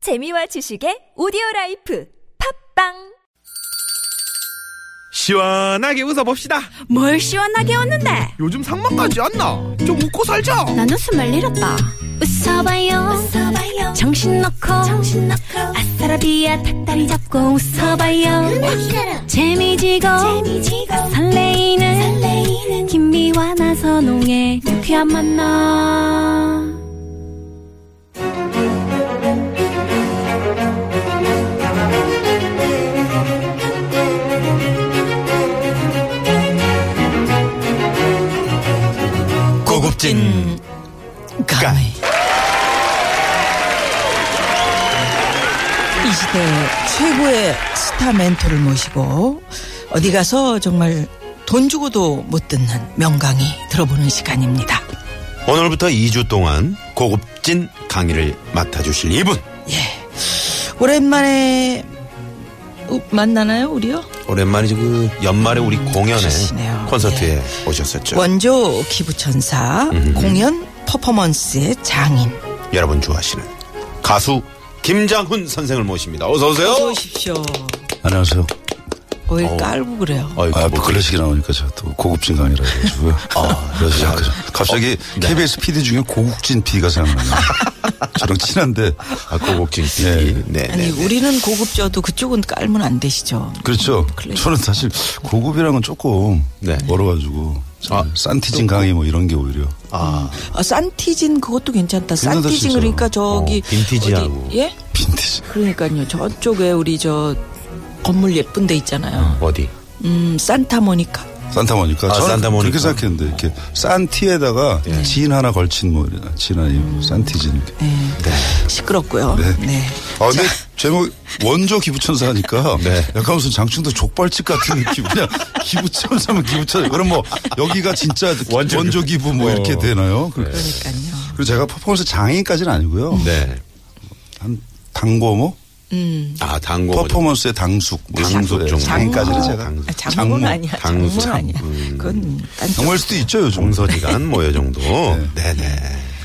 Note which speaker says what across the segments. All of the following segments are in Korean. Speaker 1: 재미와 지식의 오디오 라이프 팝빵
Speaker 2: 시원하게 웃어봅시다.
Speaker 3: 뭘 시원하게 웃는데
Speaker 2: 요즘 상만까지 안 나. 좀 웃고 살자.
Speaker 3: 난 웃음을 잃었다 웃어봐요, 정신 놓고 아싸라비아 닭다리 잡고 웃어봐요 재미지고, 설레이는, 김미와 나서 농에 유쾌한 만남
Speaker 4: 고급진 강의. 이 시대 최고의 스타 멘토를 모시고 어디 가서 정말 돈 주고도 못 듣는 명강의 들어보는 시간입니다.
Speaker 5: 오늘부터 2주 동안 고급진 강의를 맡아주실 이분
Speaker 4: 오랜만에 우- 만나나요, 우리요?
Speaker 5: 오랜만이죠 그 연말에 우리 공연에
Speaker 4: 그러시네요.
Speaker 5: 콘서트에
Speaker 6: 예.
Speaker 5: 오셨었죠
Speaker 4: 원조 기부천사
Speaker 5: 음.
Speaker 4: 공연 퍼포먼스의 장인.
Speaker 5: 여러분 좋아하시는 가수 김장훈 선생을 모십니다 어서
Speaker 4: 어서
Speaker 5: 오세요
Speaker 4: 오십시오.
Speaker 6: 안녕하세요.
Speaker 4: 왜 깔고 그래요?
Speaker 5: 어이구,
Speaker 6: 아,
Speaker 5: 뭐
Speaker 6: 뭐 클래식이 나오니까 제가 또 고급진 강의라 해가지고요.
Speaker 5: 아,
Speaker 6: 아,
Speaker 5: 네.
Speaker 6: 그래서 제가 갑자기
Speaker 5: 어,
Speaker 6: KBS PD 중에 고국진 PD가 생각나요. 저랑 친한데.
Speaker 5: 아, 고급진 PD 네. 네, 네.
Speaker 4: 아니 우리는 고급져도 그쪽은 깔면 안 되시죠.
Speaker 6: 그렇죠.
Speaker 4: 클래식.
Speaker 6: 저는 사실 고급이랑은 조금
Speaker 5: 그러니까. 네.
Speaker 6: 멀어가지고.
Speaker 5: 아,
Speaker 6: 산티진 강의 뭐 이런 게 오히려.
Speaker 5: 아,
Speaker 4: 아, 산티진 그것도 괜찮다.
Speaker 6: 괜찮다,
Speaker 4: 산티진
Speaker 6: 진짜.
Speaker 4: 그러니까 저기
Speaker 5: 어, 빈티지하고.
Speaker 4: 어디- 예?
Speaker 6: 빈티지.
Speaker 4: 그러니까요. 저쪽에 우리 저 건물 예쁜 데 있잖아요.
Speaker 5: 어디
Speaker 4: 음, 산타모니카.
Speaker 6: 산타모니카.
Speaker 5: 아,
Speaker 6: 저는
Speaker 5: 산타모니카. 예.
Speaker 6: 그렇게 생각했는데 이렇게 산티에다가 진 하나 걸친 뭐 이런 진 아니면 산티진. 이렇게.
Speaker 4: 네. 시끄럽고요. 네.
Speaker 6: 아, 근데 제목 원조 기부천사니까 약간 무슨 장충도 족발집 같은 기분이야. 기부천사면 기부천사. 그럼 뭐 여기가 진짜 원조, 기부 뭐 이렇게 되나요? 그-
Speaker 4: 그러니까요.
Speaker 6: 그리고 제가 퍼포먼스 장인까지는 아니고요.
Speaker 5: 네.
Speaker 6: 한 당고모
Speaker 5: 아, 당고.
Speaker 6: 퍼포먼스의 당숙, 뭐 이
Speaker 5: 당숙
Speaker 6: 정도의
Speaker 5: 정도.
Speaker 6: 장인까지는
Speaker 5: 장모.
Speaker 6: 제가
Speaker 5: 당숙.
Speaker 4: 아, 장모는
Speaker 6: 장모,
Speaker 4: 아니야.
Speaker 5: 장모,
Speaker 4: 장모는
Speaker 5: 장-
Speaker 4: 아니야.
Speaker 5: 음.
Speaker 4: 그건 딴 쪽.
Speaker 6: 정말 수도 있죠 요즘.
Speaker 5: 공서지간 모여 정도. 네, 네.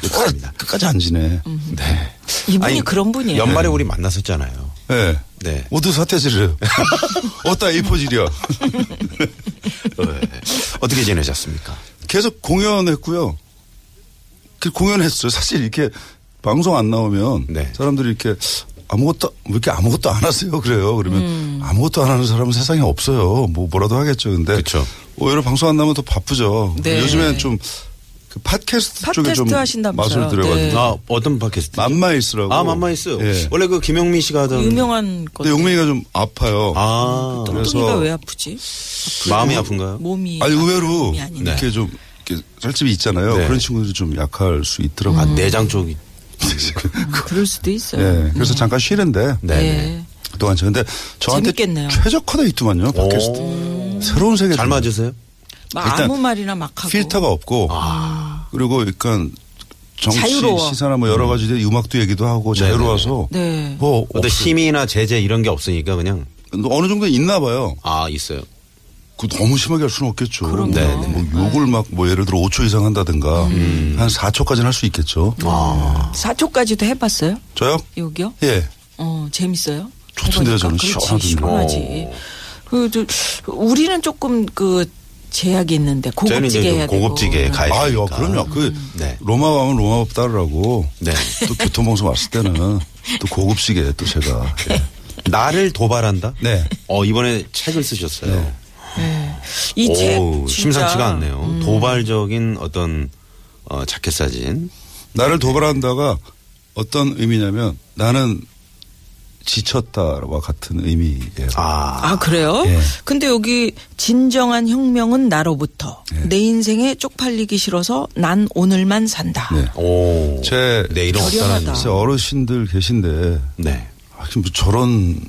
Speaker 6: 끝까지,
Speaker 5: 좋습니다.
Speaker 6: 끝까지 안 지네.
Speaker 5: 네.
Speaker 4: 이분이
Speaker 5: 아니,
Speaker 4: 그런 분이에요.
Speaker 5: 연말에 우리 만났었잖아요.
Speaker 6: 예.
Speaker 5: 네.
Speaker 6: 모두 사태질을. 어따 이포질이야.
Speaker 5: 네. 어떻게 지내셨습니까?
Speaker 6: 계속 공연했고요. 그 공연했어요. 사실 이렇게 방송 안 나오면
Speaker 5: 네.
Speaker 6: 사람들이 이렇게 아무것도 왜 이렇게 아무것도 안 하세요 그래요. 그러면
Speaker 4: 음.
Speaker 6: 아무것도 안 하는 사람은 세상에 없어요. 뭐 뭐라도 하겠죠. 근데
Speaker 5: 그쵸.
Speaker 6: 오히려 방송 안 나오면 더 바쁘죠.
Speaker 4: 네.
Speaker 6: 요즘엔 좀그 팟캐스트, 쪽에 좀
Speaker 4: 팟캐스트 하신다면서요.
Speaker 6: 맛을 들여가지고
Speaker 4: 네.
Speaker 5: 아, 어떤 팟캐스트?
Speaker 6: 만마이스라고.
Speaker 5: 아, 만마이스.
Speaker 6: 예.
Speaker 5: 원래 그 김영민 씨가 하던
Speaker 4: 유명한 거.
Speaker 6: 근데 용민이가 좀 아파요.
Speaker 5: 아,
Speaker 4: 뚱뚱이가 왜 아프지?
Speaker 5: 마음이
Speaker 6: 뭐,
Speaker 5: 아픈가요?
Speaker 4: 몸이.
Speaker 6: 아니 의외로
Speaker 4: 몸이 아니네.
Speaker 6: 이렇게 좀 이렇게 살집이 있잖아요.
Speaker 5: 네.
Speaker 6: 그런 친구들이 좀 약할 수 있더라고요.
Speaker 5: 아,
Speaker 4: 네.
Speaker 5: 내장 쪽이.
Speaker 4: 아, 그럴 수도 있어요. 음.
Speaker 6: 예, 그래서 잠깐 쉬는데
Speaker 5: 네. 네.
Speaker 4: 예.
Speaker 6: 그동안 저 근데 저한테
Speaker 4: 재밌겠네요.
Speaker 6: 최적화돼 있더만요. 팟캐스트 새로운 세계
Speaker 5: 잘 맞으세요?
Speaker 6: 어,
Speaker 4: 막
Speaker 6: 일단
Speaker 4: 아무 말이나 막 하고.
Speaker 6: 필터가 없고 그리고 약간 정치
Speaker 4: 아. 자유로워.
Speaker 6: 시사나 뭐 여러 가지 음. 음악도 얘기도 하고 자유로워서
Speaker 4: 네.
Speaker 6: 뭐
Speaker 5: 어떤 심의나 제재 이런 게 없으니까 그냥
Speaker 6: 어느 정도 있나 봐요.
Speaker 5: 아 있어요.
Speaker 6: 그 너무 심하게 할 수는 없겠죠.
Speaker 4: 그럼요.
Speaker 6: 네, 네. 뭐 욕을 막 뭐 예를 들어 5초 이상 한다든가
Speaker 4: 음.
Speaker 6: 한 4초까지는 할 수 있겠죠. 아.
Speaker 4: 사초까지도 해봤어요?
Speaker 6: 저요?
Speaker 4: 여기요?
Speaker 6: 예.
Speaker 4: 어, 재밌어요?
Speaker 6: 좋던데요, 저는
Speaker 4: 해보니까. 그렇지,
Speaker 6: 시원하던데.
Speaker 4: 시원하지. 그, 저, 우리는 조금 그 제약이 있는데
Speaker 5: 저희는 이제
Speaker 4: 고급지게
Speaker 5: 좀
Speaker 4: 해야 되고.
Speaker 5: 고급지게 예, 가야
Speaker 6: 아,
Speaker 5: 되니까.
Speaker 6: 요 그럼요. 그
Speaker 5: 네.
Speaker 6: 로마 가면 로마 법 따르라고.
Speaker 5: 네.
Speaker 6: 또 교통방송 왔을 때는 또 고급지게 또 제가. 예.
Speaker 5: 나를 도발한다?
Speaker 6: 네.
Speaker 5: 어 이번에 책을 쓰셨어요.
Speaker 4: 이 책.
Speaker 5: 오,
Speaker 4: 진짜 음.
Speaker 5: 심상치가 않네요. 도발적인 어떤 어, 자켓 사진.
Speaker 6: 나를 도발한다가 어떤 의미냐면 나는 지쳤다와 같은 의미예요.
Speaker 5: 아,
Speaker 4: 아, 그래요?
Speaker 6: 예.
Speaker 4: 근데 여기 진정한 혁명은 나로부터. 내 인생에 쪽팔리기 싫어서 난 오늘만 산다.
Speaker 6: 네.
Speaker 5: 오,
Speaker 6: 제
Speaker 5: 내일은
Speaker 4: 저렴하다.
Speaker 5: 어떠한?
Speaker 6: 글쎄 어르신들 계신데
Speaker 5: 네.
Speaker 6: 아, 지금 뭐 저런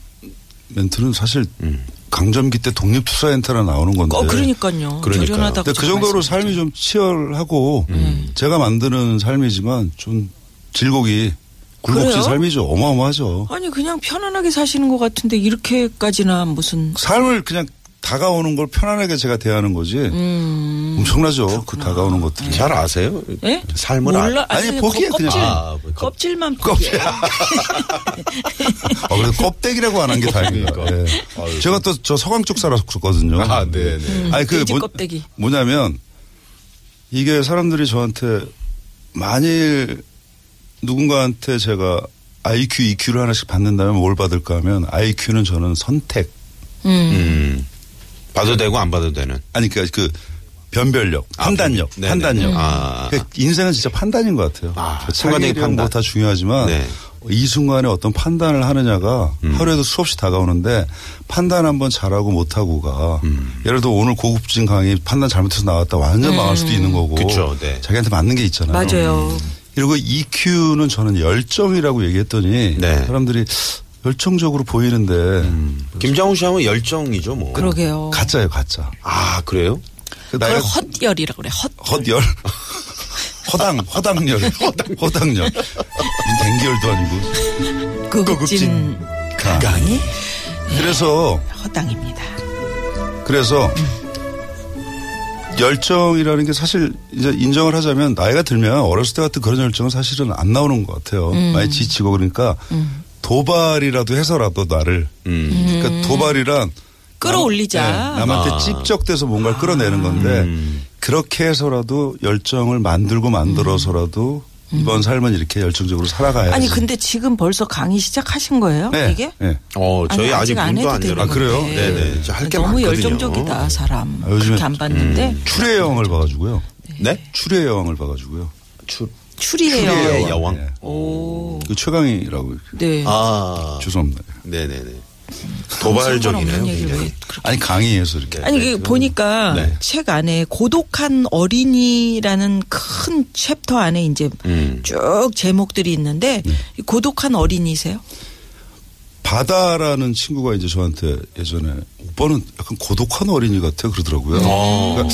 Speaker 6: 멘트는 사실
Speaker 5: 음.
Speaker 6: 강점기 때 독립투사센터나 나오는 건데.
Speaker 4: 어, 그러니까요.
Speaker 5: 그러니까요.
Speaker 4: 저렴하다고
Speaker 6: 근데 네. 그
Speaker 4: 지금
Speaker 6: 정도로
Speaker 4: 말씀하셨죠. 음.
Speaker 6: 삶이 좀 치열하고 제가 만드는 삶이지만 좀 질곡이 굴곡진
Speaker 4: 그래요?
Speaker 6: 삶이죠. 어마어마하죠.
Speaker 4: 아니 그냥 편안하게 사시는 것 같은데 이렇게까지나 무슨
Speaker 6: 삶을 그냥 다가오는 걸 편안하게 제가 대하는 거지
Speaker 4: 음.
Speaker 6: 엄청나죠 그 다가오는 것들이
Speaker 5: 잘 아세요?
Speaker 4: 예?
Speaker 5: 삶을
Speaker 4: 몰라.
Speaker 5: 아,
Speaker 6: 아니,
Speaker 4: 아니,
Speaker 6: 보기에
Speaker 4: 껍질,
Speaker 6: 그냥-
Speaker 5: 아, 뭐 껍-
Speaker 4: 껍질만
Speaker 6: 껍질.
Speaker 4: 보기에.
Speaker 6: 아, 그래도 껍데기라고 안 한 게 다행이다 예.
Speaker 5: 그러니까. 아유.
Speaker 6: 제가 또 저 서강 쪽 살았었거든요
Speaker 5: 아, 네, 네.
Speaker 6: 아니 그
Speaker 4: 음. 돼지
Speaker 6: 뭐,
Speaker 4: 껍데기.
Speaker 6: 뭐냐면 이게 사람들이 저한테 만일 누군가한테 제가 IQ, EQ를 하나씩 받는다면 뭘 받을까 하면 IQ는 저는 선택
Speaker 5: 음. 봐도 되고 안 봐도 되는.
Speaker 6: 아니 그러니까 그 변별력, 판단력,
Speaker 5: 네네.
Speaker 6: 판단력.
Speaker 5: 아.
Speaker 6: 그러니까 인생은 진짜 판단인 것 같아요.
Speaker 5: 아,
Speaker 6: 순간적인
Speaker 5: 순간적인
Speaker 6: 판단
Speaker 5: 판단.
Speaker 6: 뭐다 중요하지만
Speaker 5: 네.
Speaker 6: 이 순간에 어떤 판단을 하느냐가 하루에도 수없이 다가오는데 판단 한번 잘하고 못하고가 예를 들어 오늘 고급진 강의 판단 잘못해서 나왔다 완전 망할 수도 있는 거고
Speaker 5: 그쵸, 네.
Speaker 6: 자기한테 음. 맞는 게 있잖아요.
Speaker 4: 맞아요.
Speaker 6: 그리고 EQ는 저는 열정이라고 얘기했더니
Speaker 5: 네. 음.
Speaker 6: 사람들이 열정적으로 보이는데 음.
Speaker 5: 김장훈 씨 하면 열정이죠, 뭐.
Speaker 4: 그러게요.
Speaker 6: 가짜예요, 가짜.
Speaker 5: 아, 그래요?
Speaker 6: 그
Speaker 4: 그걸
Speaker 6: 나이가
Speaker 4: 헛열이라고 그래. 헛.
Speaker 6: 헛열? 허당, 허당열. 허당열. 댕기열도 아니고.
Speaker 4: 구급진
Speaker 6: 그러니까.
Speaker 4: 강이
Speaker 6: 아. 그래서,
Speaker 4: 허당입니다.
Speaker 6: 그래서, 열정이라는 게 사실 이제 인정을 하자면 나이가 들면 어렸을 때 같은 그런 열정은 사실은 안 나오는 것 같아요. 많이 지치고 그러니까 도발이라도 해서라도 나를. 그러니까 도발이란
Speaker 4: 끌어올리자.
Speaker 6: 네, 남한테
Speaker 5: 아.
Speaker 6: 찝적대서 뭔가를 끌어내는 건데
Speaker 5: 음.
Speaker 6: 그렇게 해서라도 열정을 만들고 만들어서라도 이번 삶은 이렇게 열정적으로 살아가야지.
Speaker 4: 음. 아니 근데 지금 벌써 강의 시작하신 거예요?
Speaker 6: 네,
Speaker 4: 이게?
Speaker 6: 네.
Speaker 5: 어, 저희
Speaker 4: 아니,
Speaker 5: 아직
Speaker 4: 아직 안
Speaker 5: 문도
Speaker 4: 해도
Speaker 5: 안 열어.
Speaker 4: 되는
Speaker 6: 그래요? 건데.
Speaker 5: 네네. 저할게
Speaker 4: 너무
Speaker 5: 많거든요.
Speaker 4: 열정적이다 사람.
Speaker 6: 아, 음.
Speaker 4: 그렇게 안 봤는데
Speaker 6: 출의 여왕을 봐가지고요.
Speaker 5: 아, 네?
Speaker 6: 출의 여왕을 봐가지고요.
Speaker 5: 추,
Speaker 4: 추리해요.
Speaker 5: 추리의 여왕.
Speaker 6: 네.
Speaker 4: 오,
Speaker 6: 그 최강이라고 이렇게.
Speaker 4: 네.
Speaker 5: 아.
Speaker 6: 죄송합니다.
Speaker 5: 네네네. 도발적이네요,
Speaker 4: 상관없는 음, 얘기를
Speaker 5: 굉장히.
Speaker 4: 왜 그렇게.
Speaker 6: 아니 강의에서 이렇게.
Speaker 4: 아니 그 이게 보니까
Speaker 5: 네.
Speaker 4: 책 안에 고독한 어린이라는 큰 챕터 안에 이제
Speaker 5: 음.
Speaker 4: 쭉 제목들이 있는데 이 고독한 어린이세요?
Speaker 6: 바다라는 친구가 이제 저한테 예전에 오빠는 약간 고독한 어린이 같아 그러더라고요. 그러니까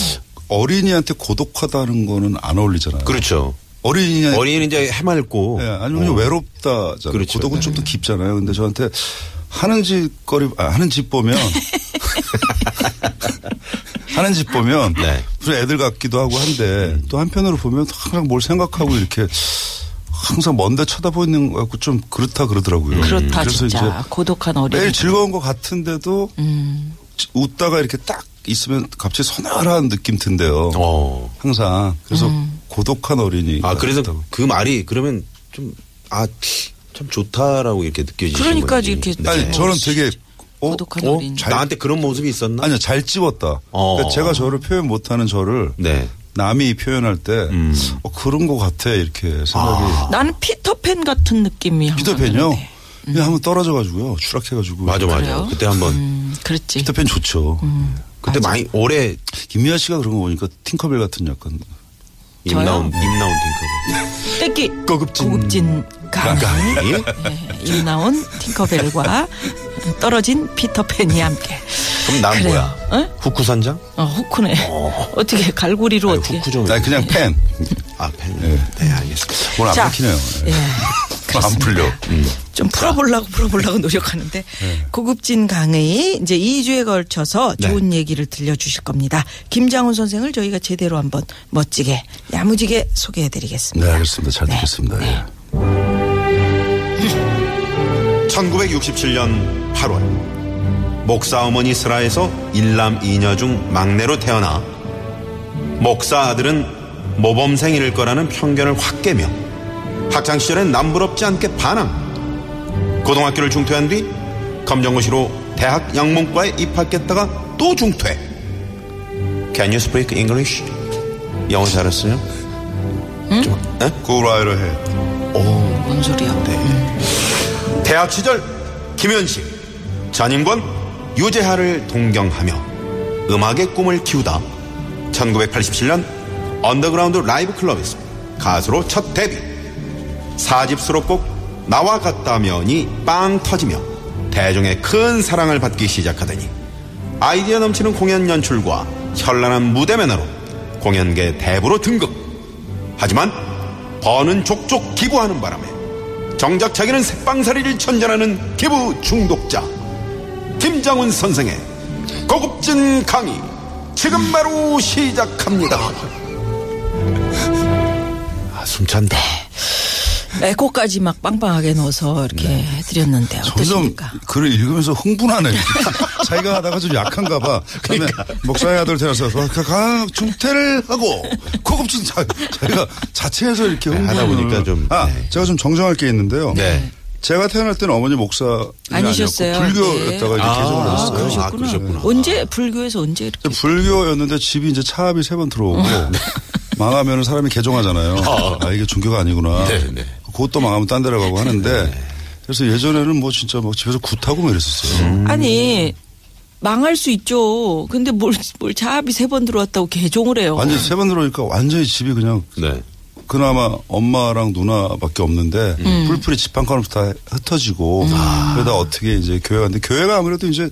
Speaker 6: 어린이한테 고독하다는 거는 안 어울리잖아요.
Speaker 5: 그렇죠.
Speaker 6: 어린이
Speaker 5: 어린이는 이제 해맑고. 어.
Speaker 6: 예, 네. 아니면 그냥 외롭다잖아요.
Speaker 5: 그렇죠.
Speaker 6: 고독은
Speaker 5: 네.
Speaker 6: 좀 더 깊잖아요. 근데 저한테 하는 집 거리 아, 하는 집 보면 하는 집 보면
Speaker 5: 네. 음.
Speaker 6: 무슨 애들 같기도 하고 한데 또 한편으로 보면 항상 뭘 생각하고 이렇게 항상 먼데 쳐다보는 것 같고 좀 그렇다
Speaker 5: 음.
Speaker 6: 그러더라고요.
Speaker 4: 그렇다
Speaker 6: 그래서
Speaker 4: 진짜
Speaker 6: 이제
Speaker 4: 고독한 어린이.
Speaker 6: 매일 즐거운 것 같은데도
Speaker 4: 음.
Speaker 6: 지- 웃다가 이렇게 딱 있으면 갑자기 서늘한 느낌 든대요.
Speaker 5: 어.
Speaker 6: 항상 그래서
Speaker 4: 음.
Speaker 6: 고독한 어린이.
Speaker 5: 아, 그래서
Speaker 6: 같다고.
Speaker 5: 그 말이 그러면 좀, 아, 참 좋다라고 이렇게 느껴지시는
Speaker 4: 그러니까
Speaker 5: 건지.
Speaker 4: 이렇게
Speaker 5: 네.
Speaker 6: 아니 저는 되게 어?
Speaker 4: 고독한
Speaker 6: 어?
Speaker 4: 어린이.
Speaker 6: 잘-
Speaker 5: 나한테 그런 모습이 있었나?
Speaker 6: 아니요 잘 집었다.
Speaker 5: 어.
Speaker 6: 그러니까 제가 저를 표현 못하는 저를
Speaker 5: 네.
Speaker 6: 남이 표현할 때 어, 그런 것 같아 이렇게 생각이.
Speaker 4: 나는 피터팬 같은 느낌이 항상
Speaker 6: 피터팬요.
Speaker 4: 드는데.
Speaker 6: 그냥 한번 떨어져가지고요 추락해가지고.
Speaker 5: 맞아, 맞아.
Speaker 4: 그래요?
Speaker 5: 그때 한 번.
Speaker 4: 음, 그렇지.
Speaker 6: 피터팬 좋죠.
Speaker 4: 음.
Speaker 5: 그때 많이, 오래
Speaker 6: 김미아 씨가 그런 거 보니까 팅커벨 같은 약간
Speaker 4: 저요?
Speaker 5: 임나온, 임나온 딩크.
Speaker 4: 떼기
Speaker 6: 고급진.
Speaker 4: 고급진 강의
Speaker 5: 예?
Speaker 4: 네, 임나온 팅커벨과 떨어진 피터팬이 함께.
Speaker 5: 그럼 난
Speaker 4: 그래요.
Speaker 5: 뭐야?
Speaker 4: 어?
Speaker 5: 후쿠산장?
Speaker 4: 어, 후쿠네. 어. 떻게 갈고리로
Speaker 5: 아니,
Speaker 4: 어떻게?
Speaker 5: 후쿠 좀.
Speaker 6: 나 그냥 팬.
Speaker 5: 아, 팬. 네, 알겠습니다.
Speaker 6: 오늘 안
Speaker 4: 자.
Speaker 6: 먹히네요.
Speaker 4: 예.
Speaker 6: 안 풀려.
Speaker 4: 좀 풀어보려고 풀어보려고 노력하는데 고급진 강의 이제 2주에 걸쳐서
Speaker 5: 네.
Speaker 4: 좋은 얘기를 들려주실 겁니다. 김장훈 선생을 저희가 제대로 한번 멋지게 야무지게 소개해드리겠습니다.
Speaker 6: 네 알겠습니다. 잘 듣겠습니다. 예.
Speaker 5: 1967년 8월 목사 어머니 슬하에서 일남 이녀 중 막내로 태어나 목사 아들은 모범생일 거라는 편견을 확 깨며 학창 시절엔 남부럽지 않게 반항 고등학교를 중퇴한 뒤 검정고시로 대학 양문과에 입학했다가 또 중퇴 Can you speak English? 영어 잘했어요?
Speaker 6: 구라이를 해.
Speaker 4: 뭔 소리야?
Speaker 5: 대학 시절 김현식, 전임권, 유재하를 동경하며 음악의 꿈을 키우다 1987년 언더그라운드 라이브 클럽에서 가수로 첫 데뷔. 사집 수록곡 나와 같다면이 빵 터지며 대중의 큰 사랑을 받기 시작하더니 아이디어 넘치는 공연 연출과 현란한 무대 매너로 공연계 대부로 등극. 하지만 버는 족족 기부하는 바람에 정작 자기는 새빵살이를 천전하는 기부 중독자 김장훈 선생의 고 고급진 강의 지금 바로 시작합니다. 아, 숨찬다.
Speaker 4: 에코까지 막 빵빵하게 넣어서 이렇게 해드렸는데
Speaker 6: 점점
Speaker 4: 어떠십니까?
Speaker 6: 글을 읽으면서 흥분하네. 자기가 하다가 좀 약한가 봐. 그다음에
Speaker 5: 그러니까.
Speaker 6: 목사의 아들 태어나서 강 중퇴를 하고 고급진 자, 자기가 자체에서 이렇게
Speaker 5: 네,
Speaker 6: 흥분을
Speaker 5: 하다 보니까 좀,
Speaker 6: 아
Speaker 5: 네.
Speaker 6: 제가 좀 정정할 게 있는데요.
Speaker 5: 네.
Speaker 6: 제가 태어날 때는 어머니 목사
Speaker 4: 아니셨어요?
Speaker 6: 불교였다가
Speaker 5: 아,
Speaker 6: 이제 개종을
Speaker 5: 아,
Speaker 6: 하셨어요.
Speaker 5: 그러셨구나. 그러셨구나.
Speaker 4: 언제 불교에서 언제 이렇게
Speaker 6: 불교였는데 집이 이제 차압이 세 번 들어오고
Speaker 5: 네.
Speaker 6: 망하면 사람이 개종하잖아요. 아 이게 종교가 아니구나.
Speaker 5: 네, 네.
Speaker 6: 그것도 망하면 딴 데로 가고 하는데
Speaker 4: 네.
Speaker 6: 그래서 예전에는 뭐 진짜 막 집에서 굿하고 막 이랬었어요.
Speaker 4: 아니 망할 수 있죠. 근데 뭘, 뭘 자합이 세 번 들어왔다고 개종을 해요.
Speaker 6: 완전 세 번 들어오니까 완전히 집이 그냥
Speaker 5: 네.
Speaker 6: 그나마 엄마랑 누나밖에 없는데
Speaker 4: 음.
Speaker 6: 뿔뿔이 집 한 칸으로 다 흩어지고
Speaker 4: 아.
Speaker 6: 그러다 어떻게 이제 교회 갔는데 교회가 아무래도 이제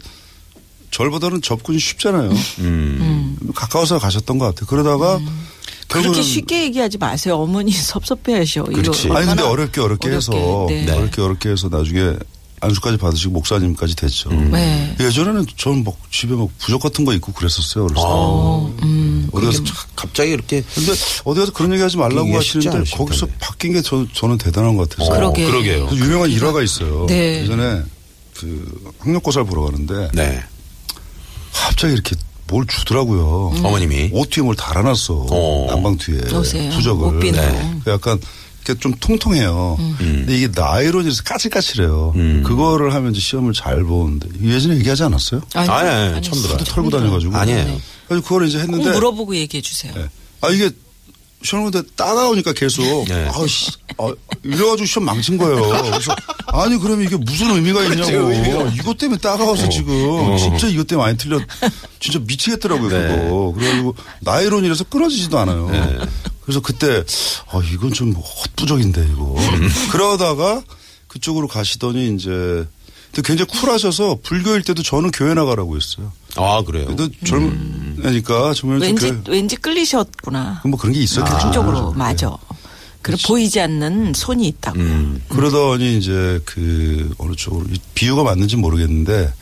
Speaker 6: 절보다는 접근이 쉽잖아요. 가까워서 가셨던 것 같아요. 그러다가 결국은
Speaker 4: 음. 그렇게 쉽게 얘기하지 마세요. 어머니 섭섭해하셔. 이거
Speaker 5: 그렇지.
Speaker 6: 아니 근데
Speaker 4: 얼마나
Speaker 6: 어렵게 어렵게, 해서
Speaker 4: 어렵게, 네.
Speaker 6: 어렵게 어렵게 해서 나중에 안수까지 받으시고 목사님까지 됐죠.
Speaker 4: 네.
Speaker 6: 그 예전에는 저는 막 집에 막 부적 같은 거 입고 그랬었어요. 어렸을 때.
Speaker 5: 아, 음.
Speaker 6: 어디서
Speaker 5: 갑자기 이렇게
Speaker 6: 근데 어디 가서 그런 얘기 하지 말라고
Speaker 5: 이게 쉽지
Speaker 6: 하시는데
Speaker 5: 않으실
Speaker 6: 거기서
Speaker 5: 텐데.
Speaker 6: 바뀐 게 저, 저는 대단한 것 같아서.
Speaker 4: 그러게.
Speaker 5: 어, 그러게요.
Speaker 6: 그래서 유명한 일화가 있어요.
Speaker 4: 네.
Speaker 6: 예전에 그 학력고사를 보러 가는데
Speaker 5: 네.
Speaker 6: 갑자기 이렇게 뭘 주더라고요.
Speaker 5: 음. 어머님이.
Speaker 6: 옷 뒤에 뭘 달아놨어.
Speaker 5: 어.
Speaker 6: 난방 뒤에
Speaker 4: 오세요.
Speaker 6: 부적을.
Speaker 4: 옷비누.
Speaker 5: 네.
Speaker 6: 그 약간 이렇게 좀 통통해요.
Speaker 5: 음.
Speaker 6: 근데 이게 나이론이라서 까칠까칠해요. 그거를 하면 이제 시험을 잘 보는데 예전에 얘기하지 않았어요?
Speaker 4: 아니,
Speaker 5: 아니, 아니,
Speaker 4: 아니,
Speaker 5: 처음 들어요.
Speaker 6: 그때 털고 다녀가지고. 네.
Speaker 5: 아니에요.
Speaker 6: 그래서 그걸 이제
Speaker 4: 꼭
Speaker 6: 했는데
Speaker 4: 물어보고 얘기해 주세요.
Speaker 6: 예. 아 이게 시험 보는데 따가우니까 계속
Speaker 5: 네.
Speaker 6: 아씨 아, 이래가지고 시험 망친 거예요. 그래서 아니 그러면 이게 무슨 의미가
Speaker 5: 그렇죠,
Speaker 6: 있냐고 이것 때문에
Speaker 5: 어.
Speaker 6: 따가워서 지금 진짜 이것 때문에 많이 틀려 진짜 미치겠더라고요
Speaker 5: 네.
Speaker 6: 그거. 그래가지고 나이론이라서 끊어지지도 않아요. 그래서 그때 아 이건 좀 헛부적인데 이거. 그러다가 그쪽으로 가시더니 이제 근데 굉장히 쿨하셔서 불교일 때도 저는 교회 나가라고 했어요.
Speaker 5: 아, 그래요.
Speaker 6: 근데 젊은 애니까 정말 좀
Speaker 4: 왠지 아.
Speaker 6: 교회-
Speaker 4: 왠지 끌리셨구나.
Speaker 6: 그뭐 그런 게 있었겠죠.
Speaker 4: 한쪽으로 맞아. 그래 보이지 않는 손이 있다고.
Speaker 6: 음. 그러더니 이제 그 어느 쪽으로 이 비유가 맞는지 모르겠는데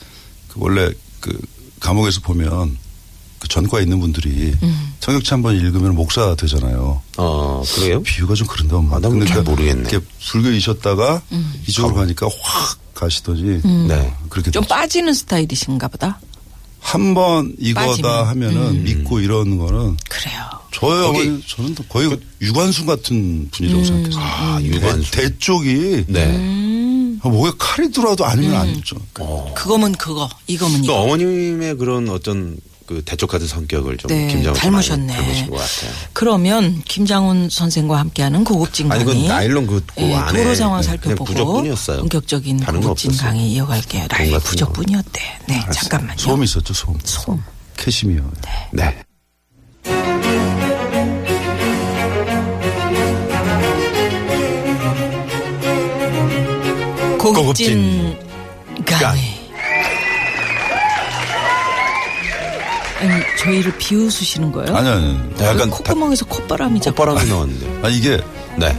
Speaker 6: 그 원래 그 감옥에서 보면 그 전과에 있는 분들이
Speaker 4: 음.
Speaker 6: 성역치 한번 읽으면 목사 되잖아요.
Speaker 5: 어, 그래요?
Speaker 6: 비유가 좀 그런데 엄마.
Speaker 5: 아, 나잘 모르겠네.
Speaker 6: 이렇게 불교이셨다가 이쪽으로 가니까 확 가시더니
Speaker 5: 네.
Speaker 4: 음.
Speaker 6: 그렇게
Speaker 4: 좀 빠지는 스타일이신가 보다.
Speaker 6: 한 번 이거다
Speaker 4: 빠지면.
Speaker 6: 하면은
Speaker 5: 음.
Speaker 6: 믿고 이런 거는
Speaker 4: 그래요.
Speaker 6: 저의
Speaker 5: 거기-
Speaker 6: 어머니 저는 또 거의 유관순 같은 분이라고
Speaker 4: 음.
Speaker 6: 생각했어요.
Speaker 5: 아, 유관순.
Speaker 6: 대, 대쪽이
Speaker 5: 네.
Speaker 6: 아, 목에 칼이 들어와도
Speaker 4: 음.
Speaker 6: 아니면 아니죠.
Speaker 4: 그거면 그거, 이거면
Speaker 5: 또
Speaker 4: 이거.
Speaker 5: 어머님의 그런 어떤 그 대쪽 같은 성격을 좀
Speaker 4: 네,
Speaker 5: 김장훈 씨가 많이
Speaker 4: 닮으셨네.
Speaker 5: 닮으신 것 같아요.
Speaker 4: 그러면 김장훈 선생과 함께하는 고급진
Speaker 5: 아니,
Speaker 4: 강의.
Speaker 5: 그건 나일론 그- 그
Speaker 4: 예,
Speaker 5: 안에
Speaker 4: 도로 상황
Speaker 5: 그냥
Speaker 4: 살펴보고
Speaker 5: 부적뿐이었어요.
Speaker 4: 본격적인
Speaker 5: 다른 거
Speaker 4: 고급진
Speaker 5: 없었어요.
Speaker 4: 강의 이어갈게요.
Speaker 5: 같은
Speaker 4: 라이
Speaker 5: 거.
Speaker 4: 부적뿐이었대. 네, 잠깐만요.
Speaker 6: 소음 있었죠, 소음.
Speaker 4: 소음.
Speaker 6: 캐시미어.
Speaker 5: 네.
Speaker 4: 고급진, 강의. 아니, 음, 저희를 비웃으시는 거예요?
Speaker 6: 아니, 아니, 아니.
Speaker 5: 약간
Speaker 4: 콧구멍에서 콧바람이 자꾸
Speaker 5: 콧바람이 나왔는데.
Speaker 6: 네. 아, 이게
Speaker 5: 네.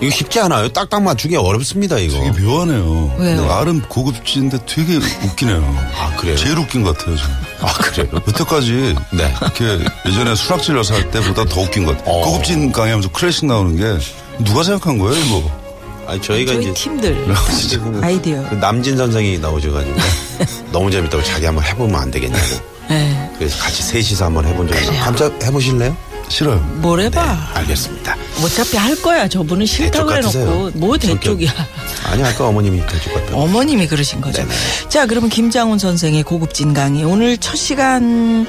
Speaker 5: 이거 쉽지 않아요. 딱딱 맞추기 어렵습니다, 이거.
Speaker 6: 되게 묘하네요.
Speaker 4: 왜요?
Speaker 6: 나름 고급진데 되게 웃기네요.
Speaker 5: 아, 그래요?
Speaker 6: 제일 웃긴 것 같아요, 저는.
Speaker 5: 아, 그래요?
Speaker 6: 여태까지
Speaker 5: 네.
Speaker 6: 이렇게 예전에 수락질 여사 할 때보다 더 웃긴 것 같아요.
Speaker 5: 어.
Speaker 6: 고급진 강의하면서 클래식 나오는 게 누가 생각한 거예요, 이거?
Speaker 5: 아니, 저희가
Speaker 4: 저희
Speaker 5: 이제
Speaker 4: 팀들
Speaker 5: 진짜 그
Speaker 4: 아이디어.
Speaker 5: 그 남진 선생이 나오셔가지고 너무 재밌다고 자기 한번 해보면 안 되겠냐고.
Speaker 4: 네.
Speaker 5: 그래서 같이 셋이서 한번 해본 적이 있어요. 깜짝 해보실래요? 네,
Speaker 6: 싫어요.
Speaker 4: 뭘 해봐.
Speaker 5: 알겠습니다. 네,
Speaker 4: 어차피 할 거야. 저분은
Speaker 5: 대쪽
Speaker 4: 싫다고
Speaker 5: 같으세요.
Speaker 4: 해놓고 뭐 대쪽이야.
Speaker 5: 아니 아까 어머님이 대쪽 같다고.
Speaker 4: 어머님이 그러신 거죠. 자, 그러면 김장훈 선생의 고급진 강의 오늘 첫 시간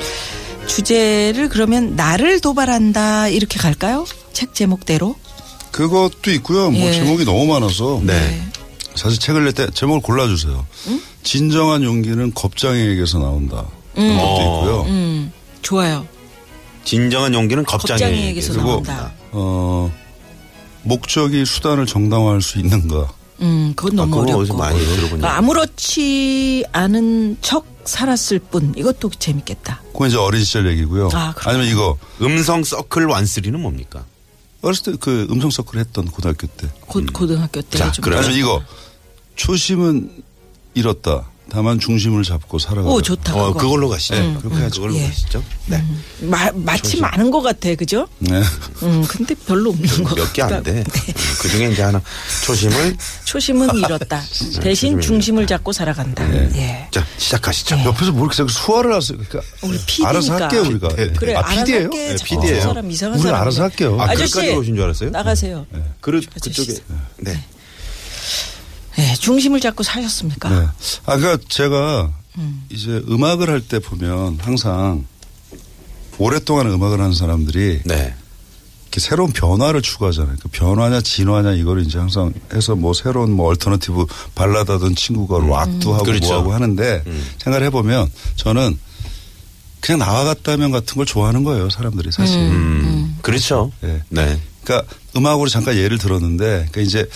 Speaker 4: 주제를 그러면 나를 도발한다 이렇게 갈까요? 책 제목대로.
Speaker 6: 그것도 있고요. 뭐
Speaker 4: 예.
Speaker 6: 제목이 너무 많아서.
Speaker 5: 네.
Speaker 6: 사실 책을 낼 때 제목을 골라주세요.
Speaker 4: 음?
Speaker 6: 진정한 용기는 겁장에게서 나온다. 그런 것도
Speaker 5: 어.
Speaker 6: 있고요.
Speaker 4: 음. 좋아요.
Speaker 5: 진정한 용기는 겁장이에게서
Speaker 4: 아, 겁장이에게서
Speaker 5: 나고 아,
Speaker 4: 나온다.
Speaker 6: 어, 목적이 수단을 정당화할 수 있는가.
Speaker 4: 음, 그건
Speaker 5: 아,
Speaker 4: 너무
Speaker 5: 그거 어디서
Speaker 4: 어렵고.
Speaker 5: 많이 들어본 적
Speaker 4: 아무렇지 않은 척 살았을 뿐 이것도 재밌겠다.
Speaker 6: 그건 이제 어린 시절 얘기고요.
Speaker 4: 아, 그렇구나.
Speaker 6: 니면 이거
Speaker 5: 음성 서클 완쓰리는 뭡니까?
Speaker 6: 어렸을 때 그 음성 서클 했던 고등학교 때.
Speaker 4: 곧 고등학교 때
Speaker 5: 음. 자,
Speaker 4: 좀.
Speaker 5: 그래.
Speaker 6: 아니면 이거 초심은 잃었다. 다만 중심을 잡고 네, 살아가.
Speaker 4: 오 좋다.
Speaker 5: 어,
Speaker 4: 그거.
Speaker 5: 그걸로 가시죠. 그렇게 하죠. 그걸로
Speaker 4: 예.
Speaker 5: 가시죠. 네.
Speaker 4: 마, 마치 많은 것 같아, 그죠?
Speaker 6: 네.
Speaker 4: 음, 근데 별로 없는 것
Speaker 5: 몇 개
Speaker 4: 같다.
Speaker 5: 안 돼. 그 중에 이제 하나 초심을
Speaker 4: 초심은 잃었다. 대신
Speaker 5: 네, 초심은
Speaker 4: 중심을 잡고 살아간다.
Speaker 5: 네.
Speaker 4: 예.
Speaker 5: 자 시작하시죠.
Speaker 6: 옆에서 뭐 이렇게 자꾸 수화를 하세요. 그러니까
Speaker 4: 우리
Speaker 6: 알아서
Speaker 4: PD니까.
Speaker 6: 할게요 우리가.
Speaker 5: 네.
Speaker 4: 그래,
Speaker 6: 아,
Speaker 4: 알아서
Speaker 6: PD예요?
Speaker 4: 할게. 자꾸
Speaker 5: PD예요.
Speaker 4: 저 사람 이상한
Speaker 6: 우리
Speaker 4: 사람이네.
Speaker 6: 알아서 할게요.
Speaker 5: 아,
Speaker 4: 아저씨.
Speaker 5: 그까지 오신 줄 알았어요?
Speaker 4: 나가세요.
Speaker 5: 그릇
Speaker 4: 아저씨.
Speaker 5: 그쪽에 네.
Speaker 4: 예, 중심을 잡고 사셨습니까?
Speaker 6: 네. 아, 그니까 제가 이제 음악을 할 때 보면 항상 오랫동안 음악을 하는 사람들이
Speaker 5: 네.
Speaker 6: 이렇게 새로운 변화를 추구하잖아요. 그 변화냐 진화냐 이걸 이제 항상 해서 뭐 새로운 뭐 얼터너티브 발라드 하던 친구가 락도 하고
Speaker 5: 그렇죠.
Speaker 6: 뭐 하고 하는데 생각을 해보면 저는 그냥 나와 같다면 같은 걸 좋아하는 거예요. 사람들이 사실.
Speaker 5: 음. 그렇죠.
Speaker 6: 네.
Speaker 5: 네.
Speaker 6: 그러니까 음악으로 잠깐 예를 들었는데 그러니까 이제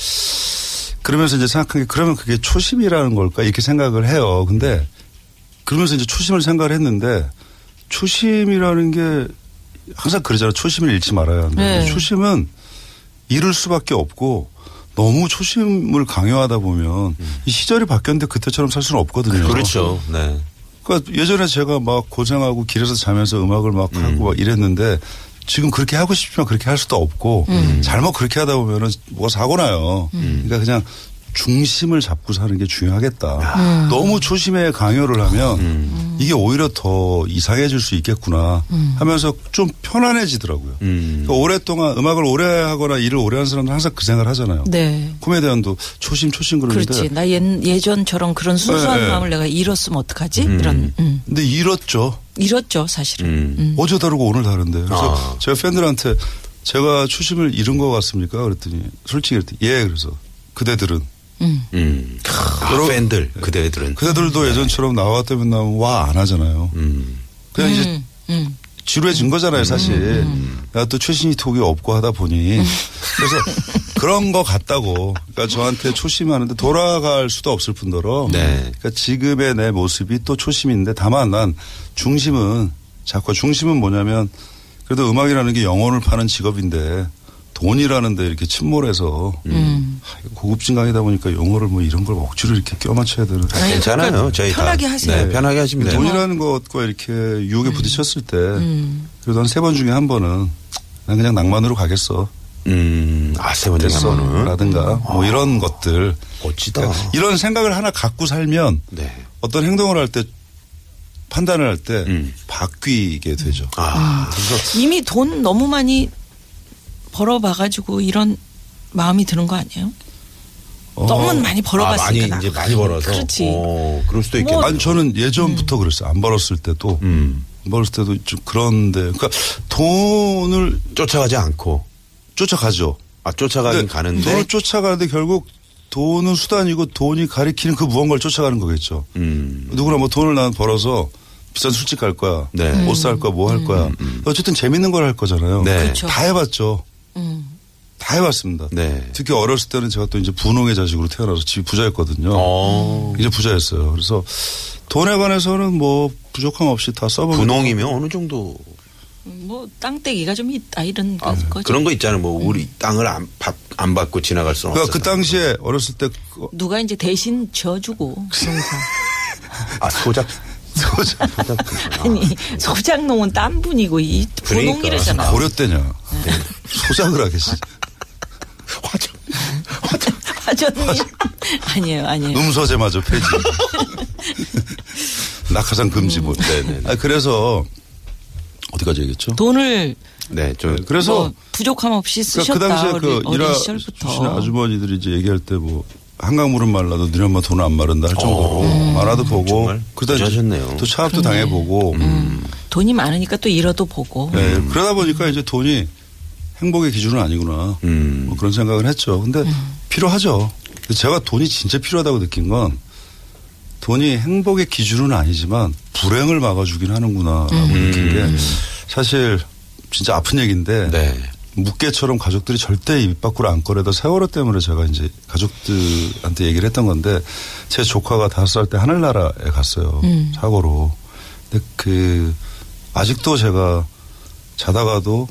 Speaker 6: 그러면서 이제 생각한 게 그러면 그게 초심이라는 걸까 이렇게 생각을 해요. 근데 그러면서 이제 초심을 생각을 했는데 초심이라는 게 항상 그러잖아요. 초심을 잃지 말아야 한다.
Speaker 4: 네.
Speaker 6: 초심은 잃을 수밖에 없고 너무 초심을 강요하다 보면 이 시절이 바뀌었는데 그때처럼 살 수는 없거든요.
Speaker 5: 음. 그렇죠. 네.
Speaker 6: 그러니까 예전에 제가 막 고생하고 길에서 자면서 음악을 막 하고 막 이랬는데 지금 그렇게 하고 싶지만 그렇게 할 수도 없고
Speaker 4: 음.
Speaker 6: 잘못 그렇게 하다 보면은 뭐가 사고 나요. 그러니까 그냥 중심을 잡고 사는 게 중요하겠다. 너무 초심에 강요를 하면
Speaker 4: 음.
Speaker 6: 이게 오히려 더 이상해질 수 있겠구나 하면서 좀 편안해지더라고요.
Speaker 5: 음.
Speaker 6: 그러니까 오랫동안 음악을 오래 하거나 일을 오래 하는 사람들은 항상 그 생각을 하잖아요.
Speaker 4: 네.
Speaker 6: 코미디언도 초심 초심 그러는데
Speaker 4: 그렇지. 나 예, 예전처럼 그런 순수한
Speaker 6: 네, 네.
Speaker 4: 마음을 내가 잃었으면 어떡하지? 이런, 음.
Speaker 6: 근데 잃었죠.
Speaker 4: 잃었죠, 사실은.
Speaker 5: 음.
Speaker 6: 어제 다르고 오늘 다른데. 그래서
Speaker 5: 아.
Speaker 6: 제가 팬들한테 제가 초심을 잃은 것 같습니까? 그랬더니 솔직히 그랬더니 예 그래서 그대들은
Speaker 5: 음. 아, 팬들 그대들은
Speaker 6: 그대들도 예전처럼 나왔다면 나면 와 안 하잖아요.
Speaker 5: 음.
Speaker 6: 그냥 이제
Speaker 4: 음.
Speaker 6: 지루해진 거잖아요 사실. 내가 또 최신이 톡이 없고 하다 보니 그래서 그런 거 같다고. 그러니까 저한테 초심하는데 돌아갈 수도 없을 뿐더러.
Speaker 5: 네.
Speaker 6: 그러니까 지금의 내 모습이 또 초심인데 다만 난 중심은 자꾸 중심은 뭐냐면 그래도 음악이라는 게 영혼을 파는 직업인데 돈이라는 데 이렇게 침몰해서 아, 이거 고급진강이다 보니까 용어를 뭐 이런 걸 억지로 이렇게 껴맞춰야 되는
Speaker 5: 아, 괜찮아요.
Speaker 4: 그러니까
Speaker 5: 저희 다-
Speaker 4: 편하게 하세요.
Speaker 5: 네, 편하게 하시면 돼요.
Speaker 6: 뭐 돈이라는 것과 이렇게 유혹에 부딪혔을 때 그래도 한 세 번 중에 한 번은 난 그냥 낭만으로 가겠어
Speaker 5: 음. 아세 번째
Speaker 6: 됐어
Speaker 5: 한번은
Speaker 6: 라든가 뭐 이런 것들
Speaker 5: 멋지다.
Speaker 6: 그러니까 이런 생각을 하나 갖고 살면
Speaker 5: 네.
Speaker 6: 어떤 행동을 할 때 판단을 할 때
Speaker 5: 음.
Speaker 6: 바뀌게 되죠.
Speaker 4: 음,
Speaker 5: 아.
Speaker 4: 이미 돈 너무 많이 벌어봐가지고 이런 마음이 드는 거 아니에요? 너무 많이
Speaker 5: 아, 많이
Speaker 4: 벌어봤으니까.
Speaker 5: 이제
Speaker 4: 나-
Speaker 5: 많이 벌어서.
Speaker 4: 그렇지. 뭐
Speaker 5: 어, 그럴 수도 있겠네.
Speaker 6: 아니 저는 예전부터 그랬어요. 안 벌었을 때도
Speaker 5: 음.
Speaker 6: 안 벌었을 때도 좀 그런데 그러니까 돈을
Speaker 5: 쫓아가지 않고.
Speaker 6: 쫓아가죠.
Speaker 5: 아, 쫓아가긴
Speaker 6: 근데
Speaker 5: 가는데.
Speaker 6: 돈을 네. 쫓아가는데 결국 돈은 수단이고 돈이 가리키는 그 무언가를 쫓아가는 거겠죠.
Speaker 5: 음.
Speaker 6: 누구나 뭐 돈을 난 벌어서 비싼 술집 갈 거야,
Speaker 5: 네. 음,
Speaker 6: 옷 살 거야, 뭐 할 거야. 어쨌든 재밌는 걸 할 거잖아요.
Speaker 5: 네.
Speaker 4: 그렇죠.
Speaker 6: 다 해봤죠. 다 해봤습니다.
Speaker 5: 네.
Speaker 6: 특히 어렸을 때는 제가 또 이제 분홍의 자식으로 태어나서 집이 부자였거든요.
Speaker 5: 어.
Speaker 6: 이제 부자였어요. 그래서 돈에 관해서는 뭐 부족함 없이 다 써먹는
Speaker 5: 분홍이면 어느 정도
Speaker 4: 뭐 땅떼기가 좀 있다 이런
Speaker 5: 아,
Speaker 4: 거죠. 음.
Speaker 5: 그런 거 있잖아요. 뭐 우리 땅을 안, 밥, 안 받고 지나갈 수는
Speaker 6: 그러니까
Speaker 5: 없어.
Speaker 6: 그 당시에 어렸을 때 그-
Speaker 4: 누가 이제 대신 지어주고 항상
Speaker 5: 아 그 소작 소작 소작
Speaker 4: 아니 소장농은 딴 분이고 이
Speaker 5: 그러니까.
Speaker 4: 분홍이래잖아.
Speaker 6: 고려 때냐
Speaker 5: 네.
Speaker 6: 소작을 하겠어.
Speaker 5: 아, 화장 그
Speaker 4: 아저님 아니에요 아니에요.
Speaker 6: 음소제마저 폐지. 낙하산 금지 못.
Speaker 5: 음. 네네.
Speaker 6: 아, 그래서 어디까지 얘기했죠?
Speaker 4: 돈을
Speaker 5: 네좀
Speaker 6: 그래서
Speaker 4: 뭐 부족함 없이
Speaker 6: 그러니까
Speaker 4: 쓰셨다
Speaker 6: 그 당시에 그
Speaker 4: 어린,
Speaker 6: 일하
Speaker 4: 어린
Speaker 6: 주시는
Speaker 4: 시절부터.
Speaker 6: 아주머니들이 이제 얘기할 때 뭐 한강 물은 말라도 너네 엄마 돈 안 마른다 할 정도로
Speaker 4: 어. 음.
Speaker 6: 만화도 보고
Speaker 5: 음, 정말
Speaker 6: 그러다 이제
Speaker 5: 부자셨네요.
Speaker 6: 또 차압도 당해보고
Speaker 4: 음. 돈이 많으니까 또 잃어도 보고.
Speaker 6: 네, 그러다 보니까 이제 돈이 행복의 기준은 아니구나
Speaker 5: 음.
Speaker 6: 뭐 그런 생각을 했죠. 근데
Speaker 4: 음.
Speaker 6: 필요하죠. 근데 제가 돈이 진짜 필요하다고 느낀 건 돈이 행복의 기준은 아니지만 불행을 막아주긴 하는구나라고
Speaker 4: 음.
Speaker 6: 느낀 게 사실 진짜 아픈 얘기인데
Speaker 5: 음. 네.
Speaker 6: 묵개처럼 가족들이 절대 입 밖으로 안 꺼내던 세월호 때문에 제가 이제 가족들한테 얘기를 했던 건데 제 조카가 다섯 살 때 하늘나라에 갔어요 사고로. 근데 그 아직도 제가 자다가도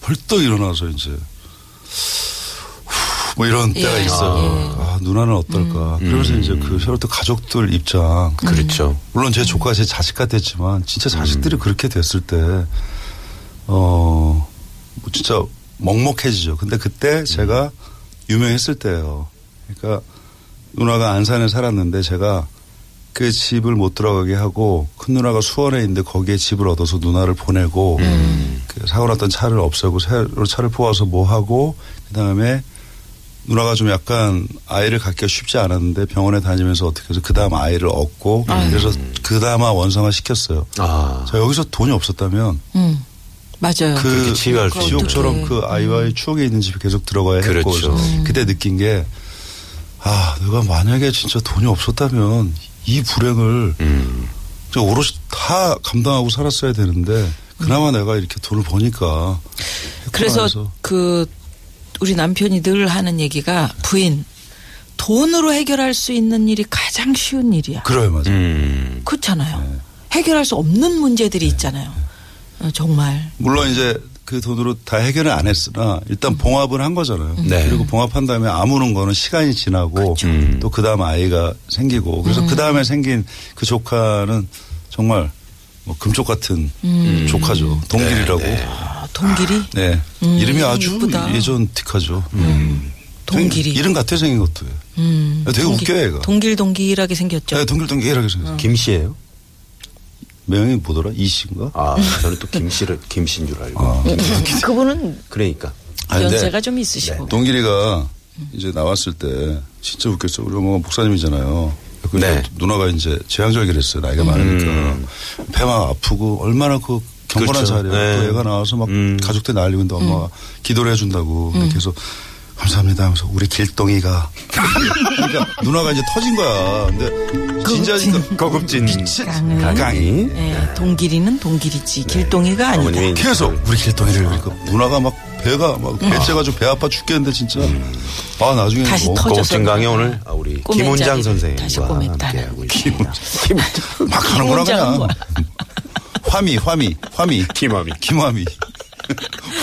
Speaker 6: 벌떡 일어나서 이제 후, 뭐 이런 때가 있어요. 아, 누나는 어떨까. 그러면서 이제 그 서로 또 가족들 입장.
Speaker 5: 음. 그렇죠. 음.
Speaker 6: 물론 제 조카가 제 자식 같았지만 진짜 자식들이 그렇게 됐을 때, 어, 뭐 진짜 먹먹해지죠. 근데 그때 제가 유명했을 때예요 그러니까 누나가 안산에 살았는데 제가 그 집을 못 들어가게 하고 큰 누나가 수원에 있는데 거기에 집을 얻어서 누나를 보내고 그 사고 났던 차를 없애고 새로 차를 뽑아서 뭐 하고 그다음에 누나가 좀 약간 아이를 갖기가 쉽지 않았는데 병원에 다니면서 어떻게 해서 그다음 아이를 얻고 그래서 그다음아 원상화 시켰어요.
Speaker 5: 아.
Speaker 6: 자 여기서 돈이 없었다면
Speaker 4: 음. 맞아요.
Speaker 5: 그렇게
Speaker 6: 그
Speaker 5: 치유할 수 네.
Speaker 6: 지옥처럼
Speaker 4: 있죠.
Speaker 6: 그 아이와의 추억에 있는 집에 계속 들어가야 했고
Speaker 5: 그렇죠.
Speaker 6: 그래서 그때 느낀 게 아, 내가 만약에 진짜 돈이 없었다면 이 불행을
Speaker 5: 음.
Speaker 6: 저 오롯이 다 감당하고 살았어야 되는데 그나마
Speaker 5: 네.
Speaker 6: 내가 이렇게 돈을 버니까 했구나
Speaker 4: 그래서
Speaker 6: 해서.
Speaker 4: 그 우리 남편이 늘 하는 얘기가 부인 돈으로 해결할 수 있는 일이 가장 쉬운 일이야.
Speaker 6: 그래요 네. 맞아요.
Speaker 5: 음.
Speaker 4: 그렇잖아요. 해결할 수 없는 문제들이 있잖아요. 어, 정말
Speaker 6: 물론 이제 그 돈으로 다 해결은 안 했으나 일단 봉합을 한 거잖아요.
Speaker 4: 음.
Speaker 5: 네.
Speaker 6: 그리고 봉합한 다음에 아무는 거는 시간이 지나고
Speaker 4: 그렇죠.
Speaker 5: 음.
Speaker 6: 또 그다음 아이가 생기고 그래서 그다음에 생긴 그 조카는 정말 뭐 금쪽 같은
Speaker 4: 음.
Speaker 6: 조카죠. 동길이라고. 네.
Speaker 4: 아, 동길이
Speaker 6: 이름이 아주
Speaker 4: 이쁘다.
Speaker 6: 예전틱하죠.
Speaker 4: 음, 동길이
Speaker 6: 이름 같아 생긴 것도.
Speaker 4: 음,
Speaker 6: 되게 웃겨요, 얘가.
Speaker 4: 동길 동길하게 생겼죠.
Speaker 6: 네, 동길동길하게 생겼어. 요
Speaker 5: 김씨예요?
Speaker 6: 명이 뭐더라? 이씨인가?
Speaker 5: 아, 저는 또 김씨를 김씨인 줄 알고.
Speaker 6: 어.
Speaker 4: 음. 그분은
Speaker 5: 그러니까.
Speaker 6: 아니, 근데 네,
Speaker 4: 연세가 좀 있으시고.
Speaker 6: 동길이가 이제 나왔을 때 진짜 웃겼어. 우리 엄마가 목사님이잖아요. 그
Speaker 5: 네. 음.
Speaker 6: 누나가 이제 재앙절개를 했어요. 나이가 많으니까. 배만 아프고 얼마나 그 경건한
Speaker 5: 그렇죠.
Speaker 6: 자리에
Speaker 5: 네.
Speaker 6: 또 애가 나와서 막
Speaker 5: 음.
Speaker 6: 가족들 날리고 있는데 엄마가
Speaker 4: 음.
Speaker 6: 기도를 해준다고 이렇게 해서 감사합니다 하면서 우리 길동이가 그러니까 누나가 이제 터진 거야. 근데 진짜니까
Speaker 5: 거급진
Speaker 6: 강이.
Speaker 5: 강이.
Speaker 4: 네, 동길이는 동길이지
Speaker 6: 네.
Speaker 4: 길동이가 아니다.
Speaker 5: 어머님이
Speaker 6: 계속 우리 길동이를
Speaker 5: 아.
Speaker 6: 그러니까 누나가 막 배가 막
Speaker 5: 음.
Speaker 6: 배째가 지고 배 아파 죽겠는데 진짜 아 나중에
Speaker 4: 다시
Speaker 6: 뭐
Speaker 4: 터져서
Speaker 5: 거급진 강이 오늘 아, 우리
Speaker 4: 꼬맨
Speaker 5: 김원장
Speaker 4: 자리를
Speaker 5: 선생님과
Speaker 4: 다시 꼬맸다는
Speaker 5: 함께하고 있습니다.
Speaker 6: 막 하는 거라
Speaker 4: 혼자
Speaker 6: 그냥.
Speaker 4: 한
Speaker 6: 화미, 화미, 화미. 어?
Speaker 5: 김함이.
Speaker 6: 김화미.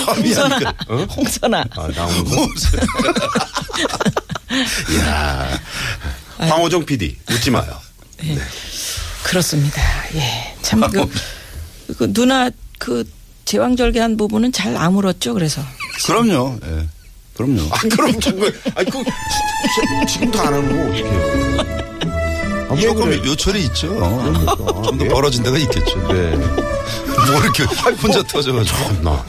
Speaker 6: 화미 하니까. 어,
Speaker 4: 홍선아
Speaker 5: 아, 나온 거.
Speaker 6: 무슨
Speaker 5: 야. 황호정 PD 웃지 마요.
Speaker 4: 그렇습니다. 예, 참그 그 누나 그 제왕절개한 부분은 잘 아물었죠. 그래서
Speaker 6: 그럼요. 예. 그럼요.
Speaker 5: 아, 그럼 정말. 아니, 그, 지금도 안 하는 거 어떡해요. 아,
Speaker 4: 뭐
Speaker 5: 왜
Speaker 6: 조금
Speaker 5: 그래?
Speaker 6: 뭐 요철이 아, 있죠. 좀 더 벌어진 데가 있겠죠.
Speaker 5: 네.
Speaker 6: 뭐 이렇게 혼자 터져가지고.
Speaker 5: 나.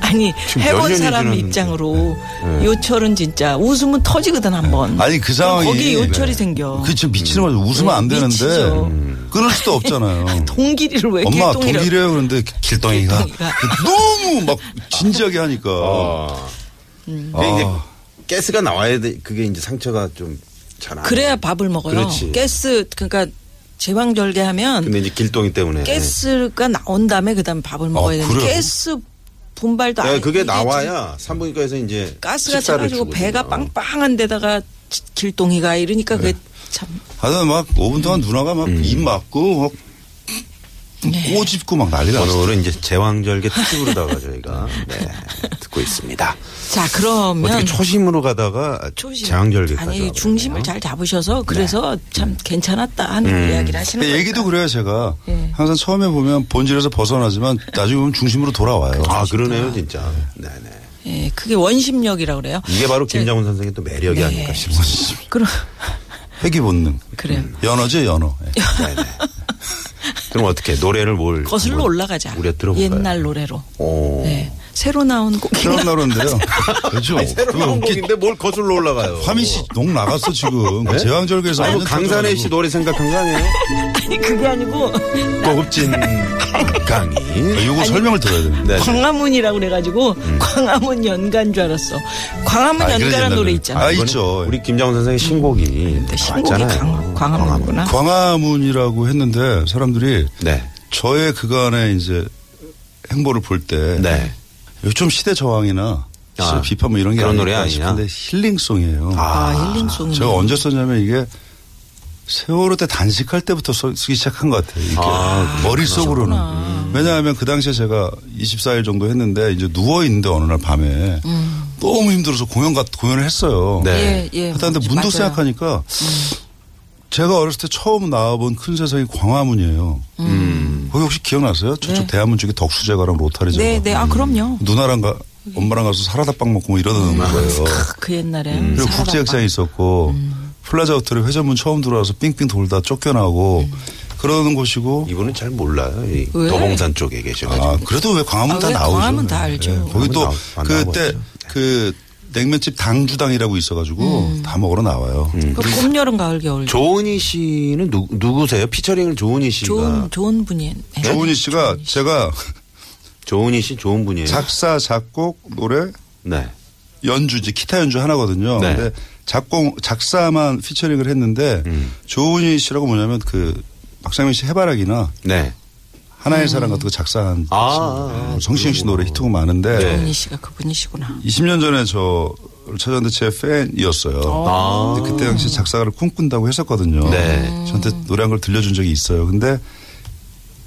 Speaker 4: 아니
Speaker 5: 몇
Speaker 4: 해본
Speaker 5: 년이
Speaker 4: 사람
Speaker 5: 지났는데. 네,
Speaker 4: 입장으로 요철은 진짜 웃으면 터지거든 한번.
Speaker 6: 아니 그 상황이
Speaker 4: 거기 요철이 생겨.
Speaker 6: 그치 미치는 거죠. 웃으면
Speaker 4: 네,
Speaker 6: 안 되는데
Speaker 4: 미치죠.
Speaker 6: 끊을 수도 없잖아요.
Speaker 4: 동길이를 왜
Speaker 6: 엄마
Speaker 4: 길동이라고-
Speaker 6: 동길이에요. 그런데 길동이가
Speaker 4: 길동이가.
Speaker 6: 너무 막 진지하게 하니까
Speaker 5: 아. 그게
Speaker 6: 아.
Speaker 5: 이제 가스가 나와야 돼. 그게 이제 상처가 좀 잘
Speaker 4: 그래야 밥을 먹어요.
Speaker 5: 그렇지.
Speaker 4: 가스 그러니까 제왕절개하면
Speaker 5: 근데 네. 이제 길동이 때문에.
Speaker 4: 가스가 나온 다음에 그다음 에 밥을 먹어야 되는데
Speaker 6: 그래요?
Speaker 4: 가스 분발도 안
Speaker 5: 아, 네,
Speaker 4: 해.
Speaker 5: 그게
Speaker 4: 이게 지금
Speaker 5: 나와야 산부인과에서 이제
Speaker 4: 가스가
Speaker 5: 식사를
Speaker 4: 차가지고
Speaker 5: 주거든요.
Speaker 4: 배가 빵빵한 데다가 지- 길동이가 이러니까
Speaker 5: 네.
Speaker 4: 그게 참
Speaker 6: 하여튼 막 5분 동안 누나가 막
Speaker 5: 음.
Speaker 6: 입 맞고 막
Speaker 4: 네.
Speaker 6: 꼬집고 막 난리가 났어요.
Speaker 5: 오늘은 네. 이제 제왕절개 특집으로다가 저희가 네, 듣고 있습니다.
Speaker 4: 자, 그러면
Speaker 5: 어떻게 초심으로 가다가
Speaker 4: 초심.
Speaker 5: 제왕절개까지
Speaker 4: 아니
Speaker 5: 와버렸네요.
Speaker 4: 중심을 잘 잡으셔서 그래서 참 괜찮았다 하는 이야기를 하시는
Speaker 6: 근데
Speaker 4: 거예요.
Speaker 6: 얘기도 그래요 제가
Speaker 4: 예.
Speaker 6: 항상 처음에 보면 본질에서 벗어나지만 나중에 보면 중심으로 돌아와요.
Speaker 5: 아 그러네요 진짜. 네네.
Speaker 4: 예, 그게 원심력이라고 그래요.
Speaker 5: 이게 바로
Speaker 4: 저-
Speaker 5: 김장훈 선생의 또 매력이
Speaker 4: 네.
Speaker 5: 아닐까 싶습니다.
Speaker 4: 그럼
Speaker 6: 회귀 본능.
Speaker 4: 그래요.
Speaker 6: 연어죠 연어. 예.
Speaker 5: 네네. 그럼 어떻게 노래를 뭘
Speaker 4: 거슬러
Speaker 5: 한번
Speaker 4: 올라가자.
Speaker 5: 우리가 들어볼까요?
Speaker 4: 옛날 노래로.
Speaker 5: 오.
Speaker 4: 네. 새로 나온 곡.
Speaker 6: 새로운 나라인데요. 그렇죠.
Speaker 5: 아니, 새로 나온 곡인데 뭘 거슬러 올라가요?
Speaker 6: 화미 씨녹 나갔어 지금. 그 제왕절개에서
Speaker 5: 네? 아니
Speaker 6: 완전
Speaker 5: 뭐 강산의 씨
Speaker 6: 터져가지고.
Speaker 5: 노래 생각한 거 아니에요?
Speaker 4: 아니 그게 아니고
Speaker 5: 고급진 강의.
Speaker 6: 아, 이거 설명을 들어야 되는데.
Speaker 5: 네.
Speaker 4: 광화문이라고 그래가지고 광화문 연가인 줄 알았어. 광화문
Speaker 6: 아, 그래,
Speaker 4: 연가라는
Speaker 6: 옛날
Speaker 4: 노래
Speaker 6: 노래.
Speaker 4: 있잖아.
Speaker 6: 아,
Speaker 4: 요
Speaker 6: 이-
Speaker 5: 이거는
Speaker 6: 있죠.
Speaker 5: 우리 김장훈 선생의 신곡이
Speaker 4: 근데 신곡이
Speaker 5: 나왔잖아요.
Speaker 4: 광- 광화문이구나.
Speaker 6: 광화문이라고 했는데 사람들이
Speaker 5: 네.
Speaker 6: 저의 그간의 이제 행보를 볼 때
Speaker 5: 네.
Speaker 6: 요즘 시대 저항이나
Speaker 5: 아,
Speaker 6: 시대 비판 뭐 이런 게
Speaker 5: 그런
Speaker 6: 아닐까
Speaker 5: 노래 아니냐?
Speaker 6: 싶은데 힐링송이에요.
Speaker 4: 아, 힐링송이.
Speaker 6: 제가 언제 썼냐면 이게 세월호 때 단식할 때부터 써- 쓰기 시작한 것 같아요. 이게
Speaker 5: 아,
Speaker 6: 머릿속으로는. 왜냐하면 그 당시에 제가 24일 정도 했는데 이제 누워있는데 어느 날 밤에 너무 힘들어서 공연 갔 공연을 했어요.
Speaker 5: 음. 네.
Speaker 4: 예, 예.
Speaker 6: 하다 근데 문도
Speaker 4: 맞아요. 음.
Speaker 6: 생각하니까 제가 어렸을 때 처음 나와본 큰 세상이 광화문이에요.
Speaker 5: 음.
Speaker 6: 거기 혹시 기억나세요?
Speaker 4: 네.
Speaker 6: 저쪽 대한문 쪽에 덕수제과랑 로타리 제과.
Speaker 4: 네, 네. 아, 그럼요.
Speaker 6: 누나랑 가, 엄마랑 가서 사라다빵 먹고 뭐 이러던
Speaker 5: 음.
Speaker 6: 거예요.
Speaker 4: 크, 그 옛날에.
Speaker 6: 그리고
Speaker 4: 사라방.
Speaker 6: 국제극장이 있었고
Speaker 4: 음.
Speaker 6: 플라자 호텔에 회전문 처음 들어와서 삥삥 돌다 쫓겨나고
Speaker 4: 음.
Speaker 6: 그러는 곳이고
Speaker 5: 이분은 잘 몰라요. 이
Speaker 4: 왜?
Speaker 5: 도봉산 쪽에 계셔가지고.
Speaker 6: 아, 그래도 왜 광화문
Speaker 4: 아,
Speaker 6: 다
Speaker 4: 왜
Speaker 6: 나오죠. 예,
Speaker 4: 광화문 다 알죠.
Speaker 6: 거기 또
Speaker 5: 광화문 나- 안
Speaker 6: 그때
Speaker 5: 나와봤죠.
Speaker 6: 그 냉면집 당주당이라고 있어가지고
Speaker 4: 음.
Speaker 6: 다 먹으러 나와요.
Speaker 5: 음.
Speaker 4: 그 봄, 여름, 가을, 겨울.
Speaker 5: 조은희 씨는 누, 누구세요? 피처링을 조은희 씨가.
Speaker 4: 좋은, 좋은 분이. 네.
Speaker 6: 조은희 씨가 제가
Speaker 5: 조은희 씨 좋은 분이에요.
Speaker 6: 작사 작곡 노래
Speaker 5: 네.
Speaker 6: 연주 이제 기타 연주 하나거든요.
Speaker 5: 네.
Speaker 6: 근데 작곡 작사만 피처링을 했는데
Speaker 5: 음.
Speaker 6: 조은희 씨라고 뭐냐면 그 박상민 씨 해바라기나
Speaker 5: 네.
Speaker 6: 하나의
Speaker 4: 음.
Speaker 6: 사랑 같은 거 작사한
Speaker 5: 아, 아, 아.
Speaker 6: 정신영 씨 노래 히트곡 많은데
Speaker 5: 네.
Speaker 4: 조은희 씨가 그분이시구나.
Speaker 6: 20년 전에 저를 찾았는데 제 팬이었어요. 근데 그때 당시 작사가를 꿈꾼다고 했었거든요.
Speaker 5: 네.
Speaker 6: 저한테 노래한 걸 들려준 적이 있어요. 근데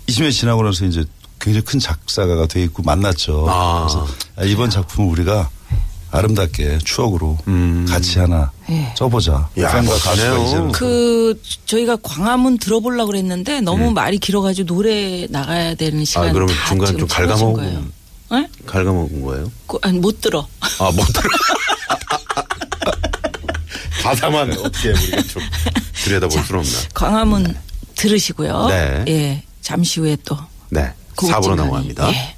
Speaker 6: 20년 지나고 나서 이제 굉장히 큰 작사가가 돼 있고 만났죠.
Speaker 5: 아.
Speaker 6: 그래서 아, 이번 작품은 우리가 아름답게 추억으로 같이 하나
Speaker 4: 예.
Speaker 6: 써보자.
Speaker 5: 음. 야,
Speaker 6: 팬과
Speaker 5: 멋지네요.
Speaker 6: 가수가 이제는
Speaker 4: 그 저희가 광화문 들어보려고 그랬는데 너무 말이 길어가지고 노래 나가야 되는 시간
Speaker 5: 네. 아, 그러면
Speaker 4: 다
Speaker 5: 중간에
Speaker 4: 지금
Speaker 5: 좀 갉아먹은
Speaker 4: 거예요. 예?
Speaker 5: 갉아먹은 거예요?
Speaker 4: 그- 아니, 못 들어.
Speaker 5: 아, 못 들어. 가사만 어떻게 우리가 좀 들여다볼 수는 없나.
Speaker 4: 광화문 들으시고요.
Speaker 5: 네.
Speaker 4: 예, 잠시 후에 또
Speaker 5: 네.
Speaker 4: 고급진
Speaker 5: 4부로
Speaker 4: 강의.
Speaker 5: 네, 넘어갑니다.
Speaker 4: 예.